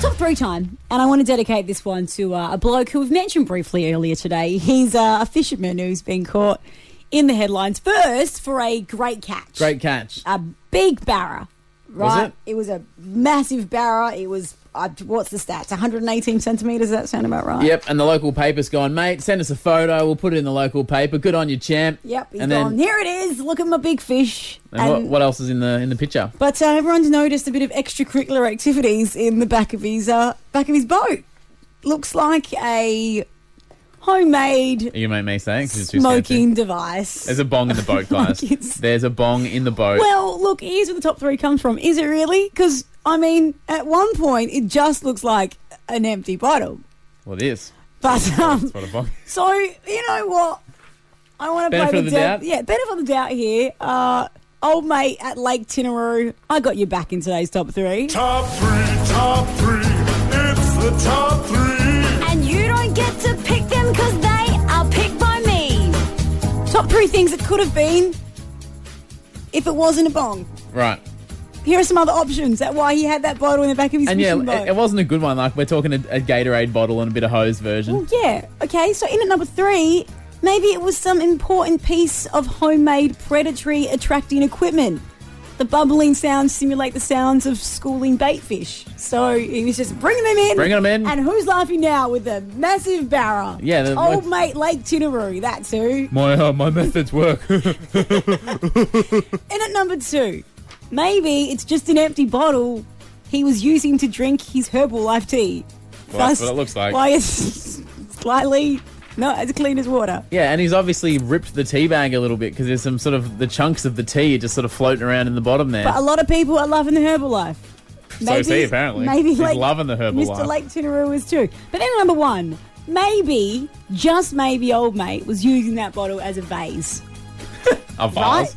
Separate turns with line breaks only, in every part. Top three time, and I want to dedicate this one to uh, a bloke who we've mentioned briefly earlier today. He's uh, a fisherman who's been caught in the headlines first for a great catch.
Great catch.
A big barra,
Was
right?
it?
was a massive barra. It was, uh, what's the stats? 118 centimetres, does that sound about right?
Yep, and the local paper's gone, mate. Send us a photo. We'll put it in the local paper. Good on you, champ.
Yep, he's
and
gone.
then
Here it is. Look at my big fish.
and what, what else is in the in the picture?
But uh, everyone's noticed a bit of extracurricular activities in the back of his uh, back of his boat. Looks like a homemade
You make me say it 'cause it's too scared to.
smoking device.
There's a bong in the boat, guys.
Monkeys.
There's a bong in the boat.
well, look, here's where the top three comes from. Is it really? Because I mean, at one point, it just looks like an empty bottle.
well, it is.
But um,
That's what a bong is.
so you know what? I want to play
Benefit
the,
of the
dev-
doubt?
Yeah, benefit of the doubt here. Uh, old mate at Lake Tinaroo, I got you back in today's top three.
Top three, top three, it's the top three.
And you don't get to pick them because they are picked by me.
Top three things it could have been if it wasn't a bong.
Right.
Here are some other options. That why he had that bottle in the back of his
And yeah,
fishing
it,
boat.
it wasn't a good one. Like, we're talking a, a Gatorade bottle and a bit of hose
Well,
version.
yeah. Okay. So in at number three, maybe it was some important piece of homemade predatory attracting equipment. The bubbling sounds simulate the sounds of schooling baitfish. So he was just bringing them in.
Bringing 'em in.
And who's laughing now with the massive barra?
Yeah, the-
Old mate Lake Tinaroo, that's who.
My, uh, my methods work.
And at number two, maybe it's just an empty bottle he was using to drink his herbal life tea.
Well, that's what it looks like.
Why it's slightly not as clean as water.
yeah, and he's obviously ripped the tea bag a little bit because there's some sort of the chunks of the tea just sort of floating around in the bottom there.
But a lot of people are loving the herbal life.
So is he, apparently.
Maybe
He's
like
loving the Herbalife.
Mr. Lake Tinaroo is too. But then at number one, maybe just maybe old mate was using that bottle as a vase.
a vase.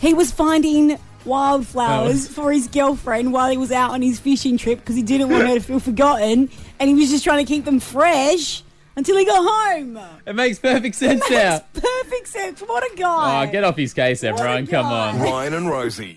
He was finding
Oh.
wildflowers for his girlfriend while he was out on his fishing trip because he didn't want her to feel forgotten and he was just trying to keep them fresh until he got home.
It makes perfect sense now.
Perfect sense. What a
Oh,
guy.
get off his case,
a
everyone. Come
guy.
on.
Ryan and Rosie.